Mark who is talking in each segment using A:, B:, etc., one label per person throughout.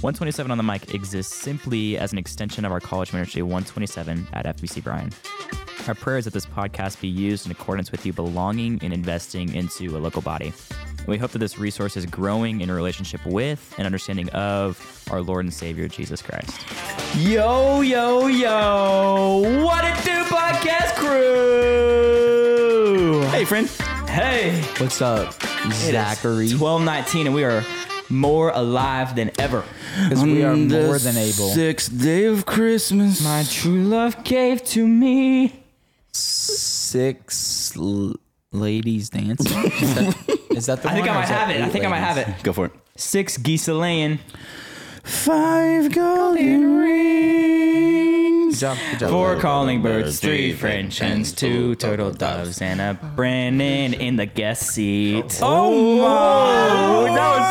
A: 127 on the Mic exists simply as an extension of our college ministry 127 at FBC Bryan. Our prayer is that this podcast be used in accordance with you belonging and investing into a local body. And we hope that this resource is growing in relationship with and understanding of our Lord and Savior Jesus Christ. Yo, yo, yo! What it do, podcast crew? Hey, friend. Hey.
B: What's up, Zachary?
A: Twelve nineteen, and we are more alive than ever.
B: Because we are more than able.
C: Sixth day of Christmas.
A: My true love gave to me.
B: Six l- ladies dancing. Is that, is that the
A: I
B: one?
A: think I
B: or
A: might
B: is that
A: have it. I
B: eight
A: think I might
B: ladies?
A: have it.
C: Go for it.
A: Six Giselaine,
C: Five golden rings.
B: Good job. Good job.
A: four calling birds, three French hens, two turtle doves, and a Brennan in the guest seat. Oh,
C: Oh my! That was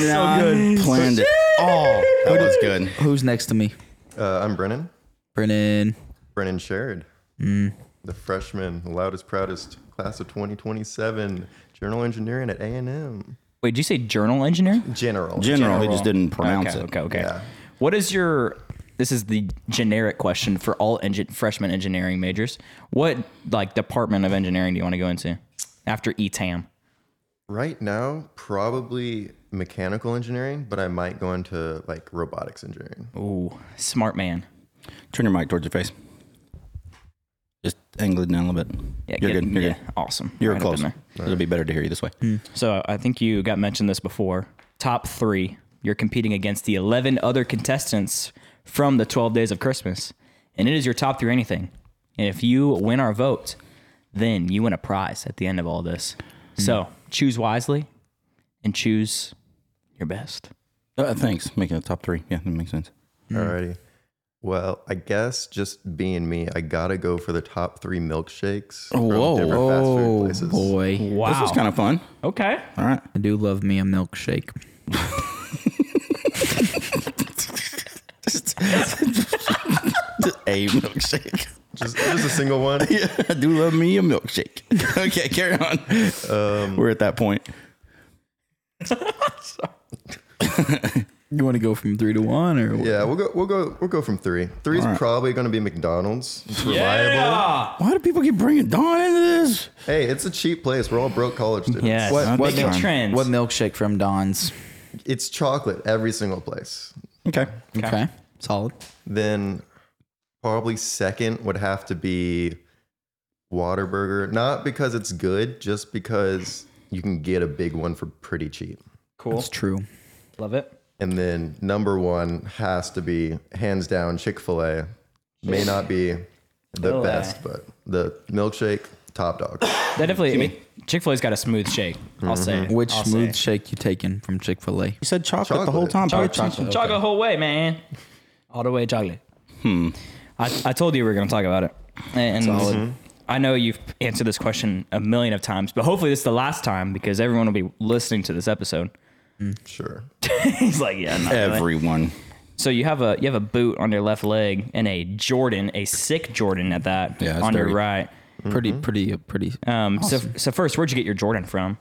C: so good. That was so good. Planned it. Oh,
D: That was good.
B: Who's next to me?
D: Uh, I'm Brennan.
B: Brennan.
D: Brennan Sherrod. The freshman, loudest, proudest class of 2027, general engineering at A&M.
A: Wait, did you say journal engineer?
D: General.
C: General, he just didn't pronounce
A: okay,
C: it.
A: Okay, okay.
D: Yeah.
A: What is your? This is the generic question for all engin- freshman engineering majors. What like department of engineering do you want to go into after E ETAM?
D: Right now, probably mechanical engineering, but I might go into like robotics engineering.
A: Ooh, smart man.
C: Turn your mic towards your face. Just angle it down a little bit. you're
A: get-
C: good. You're
A: yeah,
C: good.
A: Awesome.
C: You're
A: Right up in
C: close.
A: there. Hmm.
C: It'll be better to hear you this way.
A: So I think you got mentioned this before. Top three. You're competing against the 11 other contestants from the 12 Days of Christmas, and it is your top three anything. And if you win our vote, then you win a prize at the end of all this.
B: Hmm.
A: So choose wisely and choose your best.
C: Uh, thanks. Making the top three. Yeah, that makes sense.
D: Alrighty. Well, I guess just being me, I gotta go for the top three milkshakes
C: Whoa.
D: from different fast food
B: Oh
D: places.
B: boy,
A: Wow.
C: This was kind of fun.
A: okay.
C: All right.
B: I do love me a milkshake.
C: A milkshake.
D: Just, just a single one.
C: I do love me a milkshake. okay, carry on. We're at that point.
B: You want to go from three to one or?
D: Yeah, we'll go. We'll go. We'll go from three. Three's
C: Alright.
D: probably going to be McDonald's. It's reliable.
C: Why do people keep bringing Dawn into this?
D: Hey, it's a cheap place. We're all broke college students.
A: Yes.
B: What-
C: Uh,
B: what
A: Making
C: milk-
A: trends.
B: What milkshake from Don's?
D: It's chocolate every single place.
C: Okay.
B: Okay, solid.
D: Then probably second would have to be Whataburger. Not because it's good, just because you can get a big one for pretty cheap.
A: cool.
B: It's true.
A: Love it.
D: And then number one has to be hands down Chick Fil A. May not be the
A: Chick-fil-A.
D: best, but the milkshake top dog.
A: That definitely. I mean, Chick Fil A's got a smooth shake. I'll say. it.
B: Mm-hmm. Which
A: I'll say
B: smooth
A: it.
B: shake you taking from Chick Fil A?
C: You said chocolate, the whole
D: Chocolate.
C: time.
A: Chocolate,
C: Patch.
A: chocolate, the whole way, man. All the way, chocolate. Hmm. I, I told you we were going to talk about it, and I know you've answered this question a million of times, but hopefully this is the last time because everyone will be listening to this episode.
D: Sure.
A: He's like, yeah, not really.
C: Everyone.
A: So you have a you have a boot on your left leg and a Jordan, a sick Jordan at that,
C: Yeah, it's
A: on
C: dirty.
A: your right.
B: Pretty, pretty, uh, pretty.
A: Um, so so first, where'd you get your Jordan from?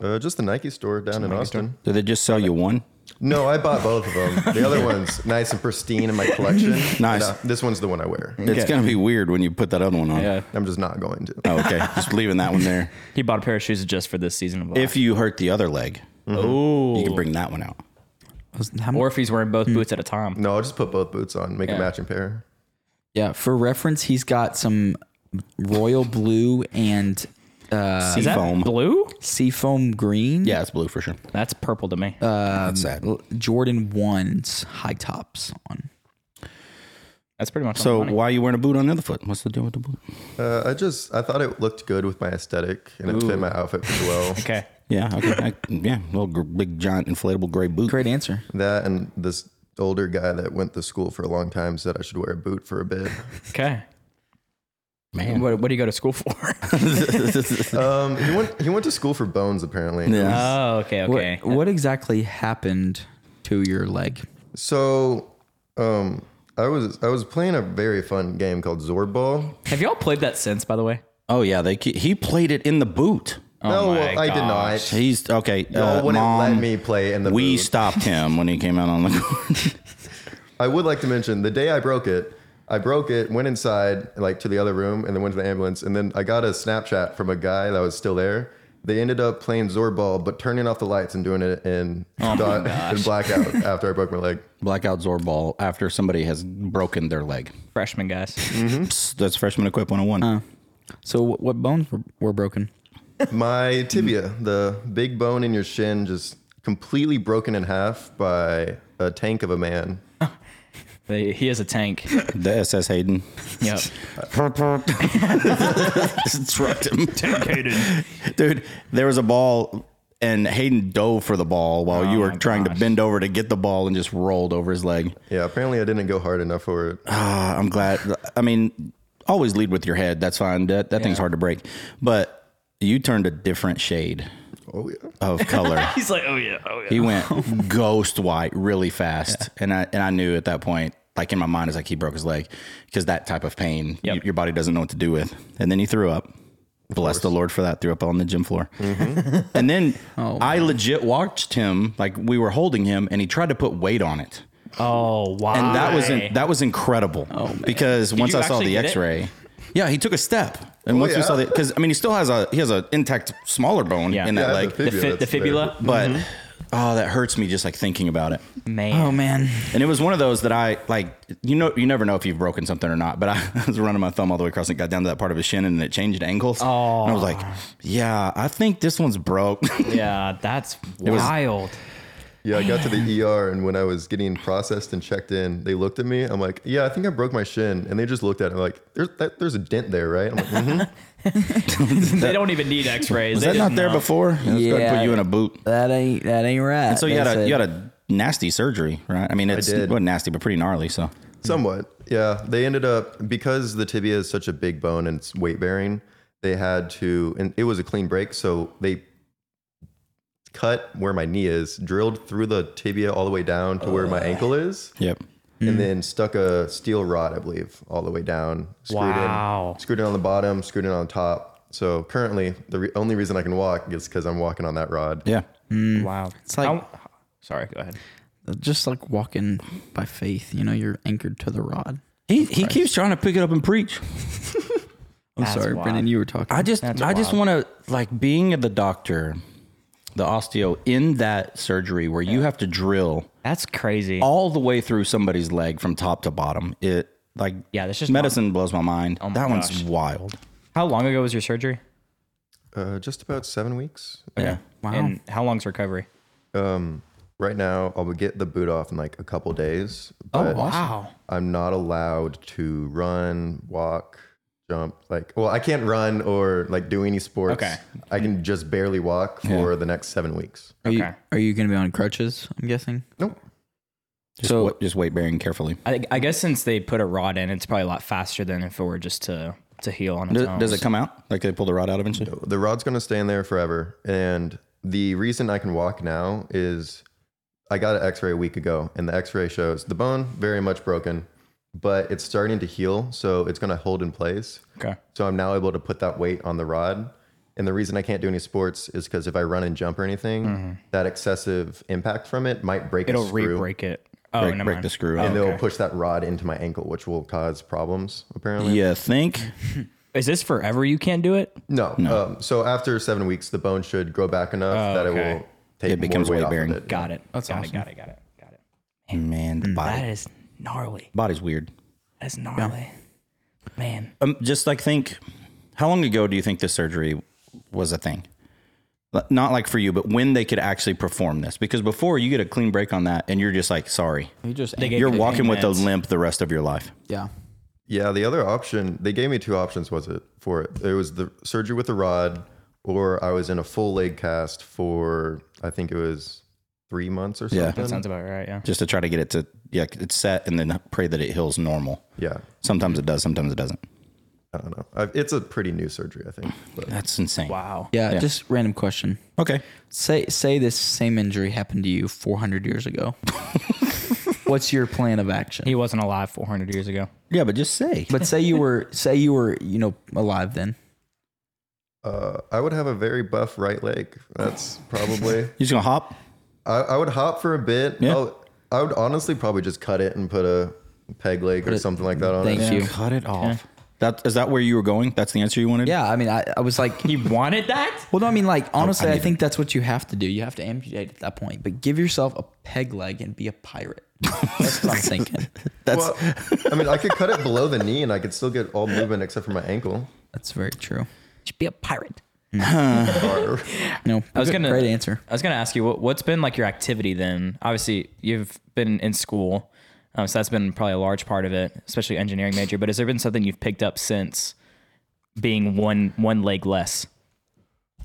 D: Uh, just the Nike store down in Austin.
C: Did they just sell you one?
D: No, I bought both of them. The other one's nice and pristine in my collection.
C: Nice.
D: But, uh, this one's the one I wear.
C: It's gonna be weird when you put that other one on.
D: I'm just not going to.
C: Oh, okay. just leaving that one there.
A: He bought a pair of shoes just for this season of life.
C: If you hurt the other leg,
A: Mm-hmm.
C: you can bring that one out.
B: How
A: or if he's wearing both boots at a time.
D: No, I'll just put both boots on, make a matching pair.
B: Yeah, for reference, he's got some royal blue and uh,
C: Sea
A: Is that
C: foam.
A: blue?
B: seafoam green.
C: Yeah, it's blue for sure.
A: That's purple to me. Um,
C: That's sad.
B: Jordan ones high tops on.
A: That's pretty much
C: So why are you wearing a boot on the other foot? What's the deal with the boot?
D: Uh, I just I thought it looked good with my aesthetic and it fit my outfit pretty well.
A: Okay.
C: Yeah, okay. I, yeah, little gr- big giant inflatable gray boot.
B: Great answer.
D: That and this older guy that went to school for a long time said I should wear a boot for a bit.
A: Okay.
C: Man.
A: What, what do you go to school for?
D: Um, he went he went to school for bones apparently.
C: Yeah.
A: oh, okay, okay.
B: What, what exactly happened to your leg?
D: So, um, I was I was playing a very fun game called Zorb Ball.
A: Have y'all played that since, by the way?
C: oh yeah, they ke- he played it in the boot.
B: Oh
D: no,
B: my
D: I did
B: gosh.
D: not.
C: He's okay.
D: Y'all
C: uh,
D: wouldn't
C: Mom,
D: let me play in the
C: we
D: booth.
C: stopped him when he came out on the court.
D: I would like to mention the day I broke it, I broke it, went inside, like to the other room, and then went to the ambulance. And then I got a Snapchat from a guy that was still there. They ended up playing Zorball, but turning off the lights and doing it in, dot- in blackout after I broke my leg.
C: Blackout Zorball after somebody has broken their leg.
A: Freshman guys.
C: Psst, that's freshman oh equip 101.
B: So what, what bones were, were broken?
D: My tibia, the big bone in your shin, just completely broken in half by a tank of a man.
A: They, he is a tank.
C: The SS Hayden
A: Yep.
C: struck him. Dude, there was a ball, and Hayden dove for the ball while you were
A: my
C: trying
A: gosh.
C: to bend over to get the ball and just rolled over his leg.
D: Yeah, apparently I didn't go hard enough for it.
C: Uh, I'm glad. I mean, always lead with your head. That's fine. That, that thing's hard to break. But you turned a different shade
D: Oh, yeah.
C: of color.
A: He's like, oh yeah, oh yeah.
C: He went ghost white really fast, and I and I knew at that point, like in my mind, is like he broke his leg because that type of pain,
A: Yep.
C: y- your body doesn't know what to do with. And then he threw up. Bless the Lord for that. Threw up on the gym floor,
A: Mm-hmm.
C: and then
A: Oh,
C: I legit watched him. Like we were holding him, and he tried to put weight on it,
A: Oh wow.
C: and that was in, that was incredible. Because once
A: Oh, you
C: I saw
A: actually
C: the
A: get it?
C: X-ray, yeah, he took a step,
A: Oh,
C: and once we
D: yeah.
C: saw the because I mean he still has a he has an intact smaller bone
A: Yeah.
C: in
A: Yeah,
C: that
D: I
C: leg,
D: have
A: the, Mm-hmm. fi- the
D: that's there.
A: fibula.
C: but oh, that hurts me just like thinking about it.
A: Man.
B: Oh man,
C: And it was one of those that I like. You know, you never know if you've broken something or not. But I, was running my thumb all the way across and got down to that part of his shin, and it changed angles. Oh, and I was like, yeah, I think this one's broke.
A: Yeah, that's
C: Oh, was-
A: wild.
D: Yeah, I got to the ER, and when I was getting processed and checked in, they looked at me. I'm like, "Yeah, I think I broke my shin," and they just looked at it like, "There's that, there's a dent there, right?" I'm like, "Mhm."
A: they don't even need X-rays.
C: was
A: They
C: that
A: just
C: not there
A: know.
C: before? Yeah, it's gonna
B: Yeah.
C: put you in a boot.
B: that ain't that ain't right.
C: So you
B: They
C: had a
B: said-
C: you had a nasty surgery, right? I mean, it's
D: did.
C: it wasn't nasty, but pretty gnarly. So
D: "Somewhat." Yeah, they ended up because the tibia is such a big bone and it's weight bearing. They had to, and it was a clean break, so they cut where my knee is, drilled through the tibia all the way down to where my ankle is,
C: yep.
A: Mm.
D: and then stuck a steel rod, I believe, all the way down. Screwed
A: Wow.
D: In, screwed in on the bottom, screwed in on top. So currently, the re- only reason I can walk is because I'm walking on that rod.
C: Yeah.
A: Wow. It's
B: like-
A: sorry, go ahead.
B: just like walking by faith. You know, you're anchored to the rod.
C: He he keeps trying to pick it up and preach.
B: I'm
A: That's
B: sorry,
A: wild.
B: Brendan. You were talking.
C: I just I just want to like being at the doctor, the osteo in that surgery where you have to drill.
A: That's crazy.
C: all the way through somebody's leg from top to bottom. It like
A: Yeah, that's just Oh
C: medicine blows my mind.
A: my
C: that one's
A: gosh.
C: wild.
A: How long ago was your surgery?
D: Uh, just about seven weeks.
C: Yeah.
B: wow.
A: And how long's recovery?
D: Um, right now, I'll get the boot off in like a couple days.
C: Oh,
D: But
A: Oh, Wow.
D: I'm not allowed to run, walk, jump. Like, well, I can't run or like do any sports.
A: Okay.
D: I can just barely walk for the next seven weeks.
B: are you
A: okay.
B: are you gonna be on crutches? I'm guessing.
D: Nope.
C: Just
B: So-
C: so just weight bearing carefully.
A: I, think- I guess since they put a rod in, it's probably a lot faster than if it were just to to heal on its
C: Does,
A: own.
C: does it come out? Like they pull the rod out eventually?
D: The rod's going to stay in there forever. And the reason I can walk now is I got an x ray a week ago, and the x ray shows the bone very much broken, but it's starting to heal. So it's going to hold in place.
A: Okay.
D: So I'm now able to put that weight on the rod. And the reason I can't do any sports is because if I run and jump or anything, that excessive impact from it might break
A: It'll
D: a screw.
A: re-break it. Oh,
C: break
A: never
C: break
A: mind.
C: the screw.
D: And
C: out.
D: they'll push that rod into my ankle, which will cause problems, apparently.
C: You think?
A: Is this forever? You can't do it.
D: No. Um, so after seven weeks, the bone should grow back enough
A: Oh,
D: that
A: okay.
D: it will take
C: It becomes
D: more weight off
C: weight-bearing.
D: of it.
A: Got it.
B: That's
A: got
B: awesome.
A: it. Got it. Got it. Got it.
C: Man, the body,
A: Mm. That is gnarly.
C: body's weird.
A: That's gnarly. Man.
C: Um, just like think, how long ago do you think this surgery was a thing? Like, Not like for you, but when they could actually perform this, because before you get a clean break on that, and you're just like, sorry,
B: You just
A: They get
C: you're
A: fifteen
C: walking with a
A: minutes.
C: limp the rest of your life.
B: yeah.
D: Yeah, the other option they gave me two options was it for it. It was the surgery with the rod, or I was in a full leg cast for I think it was three months or
C: Yeah.
D: something.
A: That sounds about right. Yeah.
C: just to try to get it to yeah it's set and then pray that it heals normal
D: yeah,
C: sometimes it does sometimes it doesn't
D: I don't know. I've, it's a pretty new surgery, I think. But
C: that's insane
A: Wow.
B: yeah,
C: Yeah.
B: Just random question.
C: okay
B: Say say this same injury happened to you 400 years ago. What's your plan of action?
A: He wasn't alive 400 years ago.
C: yeah but just say
B: But say you were say you were you know alive then.
D: Uh, I would have a very buff right leg. That's probably.
C: He's gonna hop.
D: I, I would hop for a bit.
C: Yeah.
D: I'll- I would honestly probably just cut it and put a peg leg or
B: it-
D: something like that on
B: thank
D: it.
B: you.
C: Cut it off. That is that where you were going? That's the answer you wanted.
B: Yeah, I mean, I, I was like,
A: You wanted that?
B: well, no, Oh, I mean, like, honestly, I, think that's what you have to do. You have to amputate at that point, but give yourself a peg leg and be a pirate. That's what I'm thinking.
C: that's
D: Well, I mean, I could cut it below the knee and I could still get all movement except for my ankle.
B: That's very true.
A: Should be a pirate.
D: Or-
B: No,
A: I was gonna
B: great answer.
A: I was gonna ask you what what's been like your activity then. Obviously, you've been in school, um, so that's been probably a large part of it, especially engineering major. But has there been something you've picked up since being one one leg less?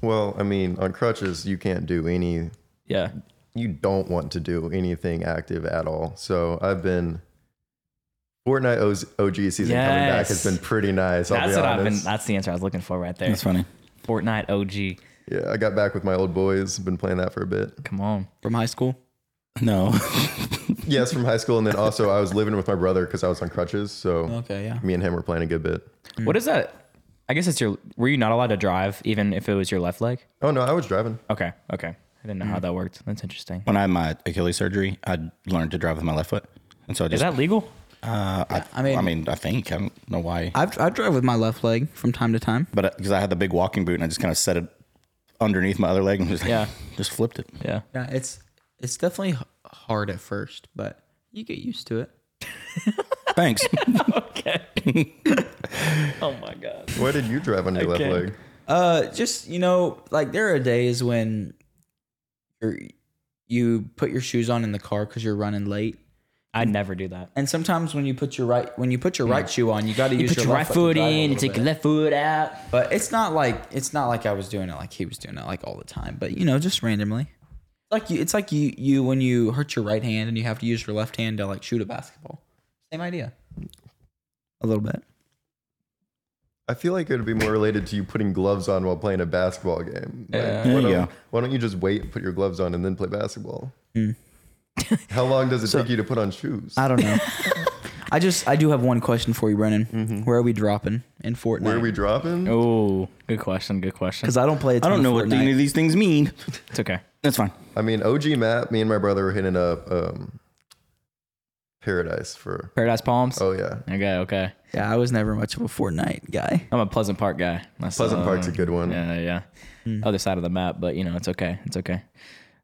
D: well, I mean, on crutches, you can't do any,
A: Yeah,
D: you don't want to do anything active at all. So I've been. Fortnite O's- OG season coming back
A: Yes.
D: has been pretty nice. I'll
A: that's
D: be
A: what I've been.
D: honest.
A: That's the answer I was looking for right there.
C: that's funny.
A: Fortnite OG.
D: yeah, I got back with my old boys. Been playing that for a bit.
A: Come on.
B: From high school?
C: No,
D: Yes, from high school, and then also I was living with my brother because I was on crutches. So
B: Okay, yeah.
D: me and him were playing a good bit.
A: What is that? I guess it's your. Were you not allowed to drive even if it was your left leg?
D: Oh no, I was driving.
A: Okay. Okay. I didn't know how that worked. That's interesting.
C: when I had my Achilles surgery, I learned to drive with my left foot, and so I
A: Is
C: just.
A: that legal?
B: I
C: I mean,
B: mean,
C: I think I don't know why,
B: I've, I drive with my left leg from time to time.
C: but because I had the big walking boot and I just kind of set it underneath my other leg and just like,
A: Yeah.
C: just flipped it.
A: Yeah.
B: Yeah, it's it's definitely h- hard at first, but you get used to it.
C: Thanks.
A: Okay. oh my god.
D: Why did you drive on your left
A: Okay.
D: leg?
B: Uh, just you know, like there are days when you're you put your shoes on in the car because you're running late,
A: I never do that.
B: and sometimes when you put your right when you put your right shoe on, you got to use your, left to drive a little bit.
A: left foot out.
B: But it's not like it's not like I was doing it like he was doing it like all the time. But you know, just randomly. Like you, it's like you you when you hurt your right hand and you have to use your left hand to like shoot a basketball. Same idea. A little bit.
D: I feel like it would be more related to you putting gloves on while playing a basketball game. Like,
C: There
B: Yeah.
D: why,
C: you
D: don't,
C: go.
D: why don't you just wait, put your gloves on, and then play basketball? How long does it take you to put on shoes?
B: I don't know. I just I do have one question for you, Brennan. Where are we dropping in Fortnite?
D: Where are we dropping?
A: Oh, good question. Good question.
B: Because I don't play. I
C: I don't know what any of these things mean.
A: It's okay.
C: That's fine.
D: I mean, OG map. Me and my brother were hitting up um, Paradise for.
A: Paradise Palms.
D: Oh yeah,
A: Okay. Okay.
B: Yeah, I was never much of a Fortnite guy.
A: I'm a Pleasant Park guy. That's,
D: Pleasant
A: uh,
D: Park's a good one.
A: Yeah. Yeah. Other side of the map, but you know it's okay. It's okay.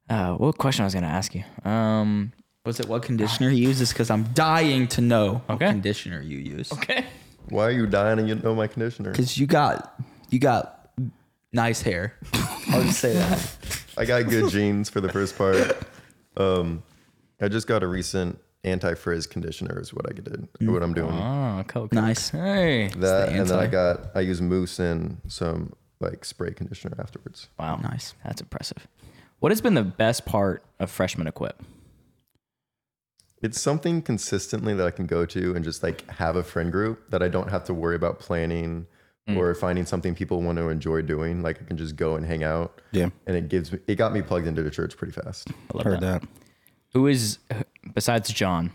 A: Uh, what question I was gonna ask you? Um.
B: Was it what conditioner he uses? Because I'm dying to know
A: Okay.
B: what conditioner you use.
A: Okay.
D: Why are you dying and you don't know my conditioner?
B: Because you got you got nice hair. I'll just say that.
D: I got good genes for the first part. Um, I just got a recent anti frizz conditioner is what I did, what I'm doing.
A: Oh, Coke.
B: Nice.
A: Hey.
D: that
B: the
D: and then I
B: anti.
D: got I use mousse and some like spray conditioner afterwards.
A: Wow.
B: Nice.
A: That's impressive. What has been the best part of freshman equip?
D: It's something consistently that I can go to and just like have a friend group that I don't have to worry about planning or finding something people want to enjoy doing. Like I can just go and hang out.
C: Yeah.
D: And it gives me it got me plugged into the church pretty fast.
A: I love
C: Heard that.
A: Who is besides John?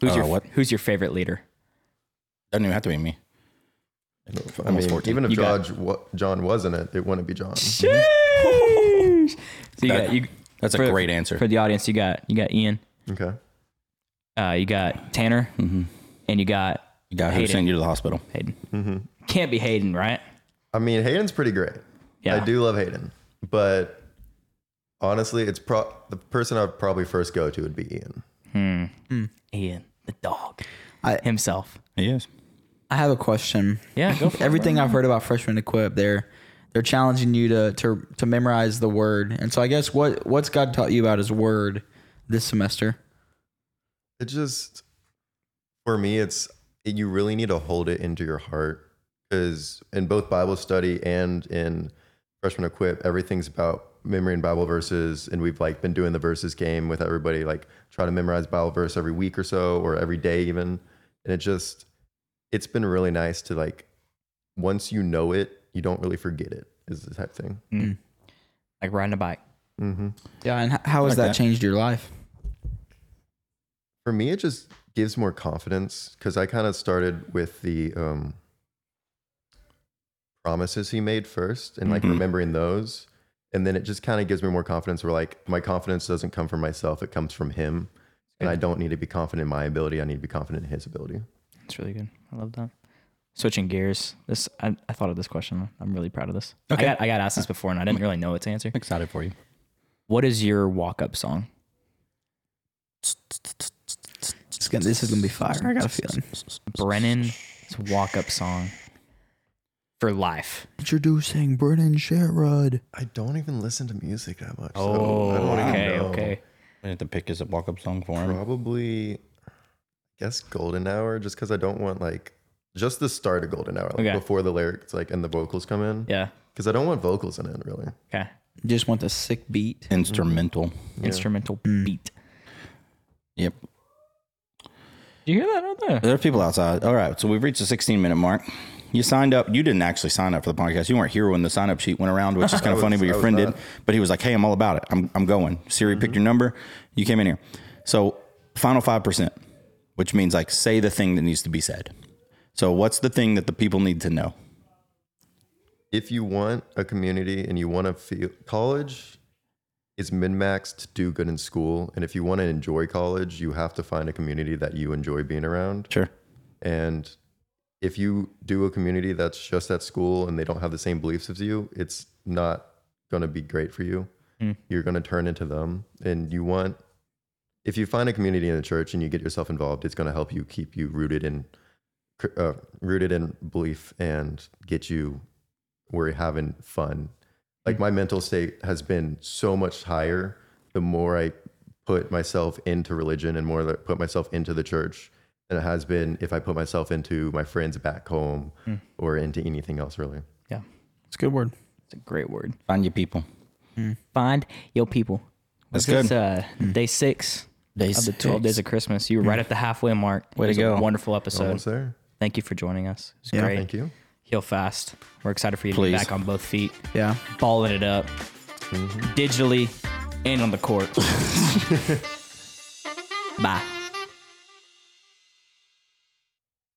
A: Who's
C: Uh,
A: your
C: what?
A: Who's your favorite leader?
C: Doesn't even have to be me.
D: I mean,
C: Almost 14.
D: even if
A: You got-
D: George, wa- John wasn't it, it wouldn't be John.
A: So you got you.
C: That's a
A: for-
C: great answer.
A: For the audience, you got you got Ian,
D: Okay.
A: uh, you got Tanner, and you got
C: The guy who
A: Hayden.
C: sent you to the hospital.
A: Hayden. Can't be Hayden, right?
D: Mm-hmm. I mean, Hayden's pretty great.
A: Yeah.
D: I do love Hayden, but honestly, it's pro- the person I'd probably first go to would be Ian.
A: Ian, the dog,
B: I-
A: himself.
C: He is.
B: I have a question.
A: Yeah, go for it.
B: Everything I've heard about freshman equip, they're they're challenging you to to to memorize the word. And so I guess what what's God taught you about His word this semester?
D: It just for me, it's you really need to hold it into your heart because in both Bible study and in freshman equip, everything's about memory and Bible verses, and we've like been doing the verses game with everybody, like try to memorize Bible verse every week or so or every day even, and it just it's been really nice to like once you know it, you don't really forget it is the type thing.
A: Like riding a bike.
D: Mm-hmm.
B: Yeah, and h- how has
C: Like
B: that,
C: that.
B: changed your life?
D: for me it just gives more confidence because i kind of started with the um promises he made first and like
A: Mm-hmm.
D: remembering those. And then it just kind of gives me more confidence where like my confidence doesn't come from myself, it comes from him. And I don't need to be confident in my ability. I need to be confident in his ability.
A: It's really good. I love that. Switching gears. This I, I thought of this question. I'm really proud of this. I got I got asked this before and I didn't really know what to answer.
C: I'm excited for you.
A: What is your walk up song?
B: It's gonna, this is gonna be fire. I got a feeling.
A: Brennan's walk up song for life.
B: Introducing Brennan Sherrod.
D: I don't even listen to music that much.
A: Oh, okay, okay.
C: I have to pick his walk up song for him.
D: Probably, I guess Golden Hour, just because I don't want like just the start of Golden Hour, like
A: Okay.
D: before the lyrics, like and the vocals come in.
A: Yeah.
D: because I don't want vocals in it really.
A: Okay.
B: Just want the sick beat.
C: Instrumental.
A: Instrumental beat.
C: Yep.
A: Do you hear that out there?
C: There are people outside. All right. So we've reached the 16 minute mark. You signed up. You didn't actually sign up for the podcast. You weren't here when the sign up sheet went around, which is kind of funny, but your
D: I was
C: friend
D: not.
C: did. But he was like, hey, I'm all about it. I'm, I'm going. Siri picked
D: Mm-hmm.
C: your number. You came in here. So, final 5%, which means like say the thing that needs to be said. So, what's the thing that the people need to know?
D: If you want a community and you want to feel college is min max to do good in school, and if you want to enjoy college, you have to find a community that you enjoy being around.
C: Sure.
D: And if you do a community that's just at school and they don't have the same beliefs as you, it's not going to be great for you. You're going to turn into them. And you want, if you find a community in the church and you get yourself involved, it's going to help you keep you rooted in, uh, rooted in belief and get you where you're having fun. Like my mental state has been so much higher the more I put myself into religion and more that I put myself into the church than it has been if I put myself into my friends back home or into anything else really.
A: Yeah.
B: It's a good word.
A: It's a great word.
C: Find your people.
A: Find your people.
C: That's
A: It's
C: good. Hmm.
A: uh, day six
C: Day Hmm.
A: of the 12 days of Christmas. You were right at the halfway mark.
C: Way
A: It was
C: to
A: a
C: go.
A: wonderful episode.
D: Almost there.
A: Thank you for joining us. It was
B: Yeah.
A: great.
D: Thank you.
A: Heal fast. We're excited for you
C: Please.
A: to be back on both feet,
B: Yeah.
A: balling it up
C: Mm-hmm.
A: digitally and on the court. Bye.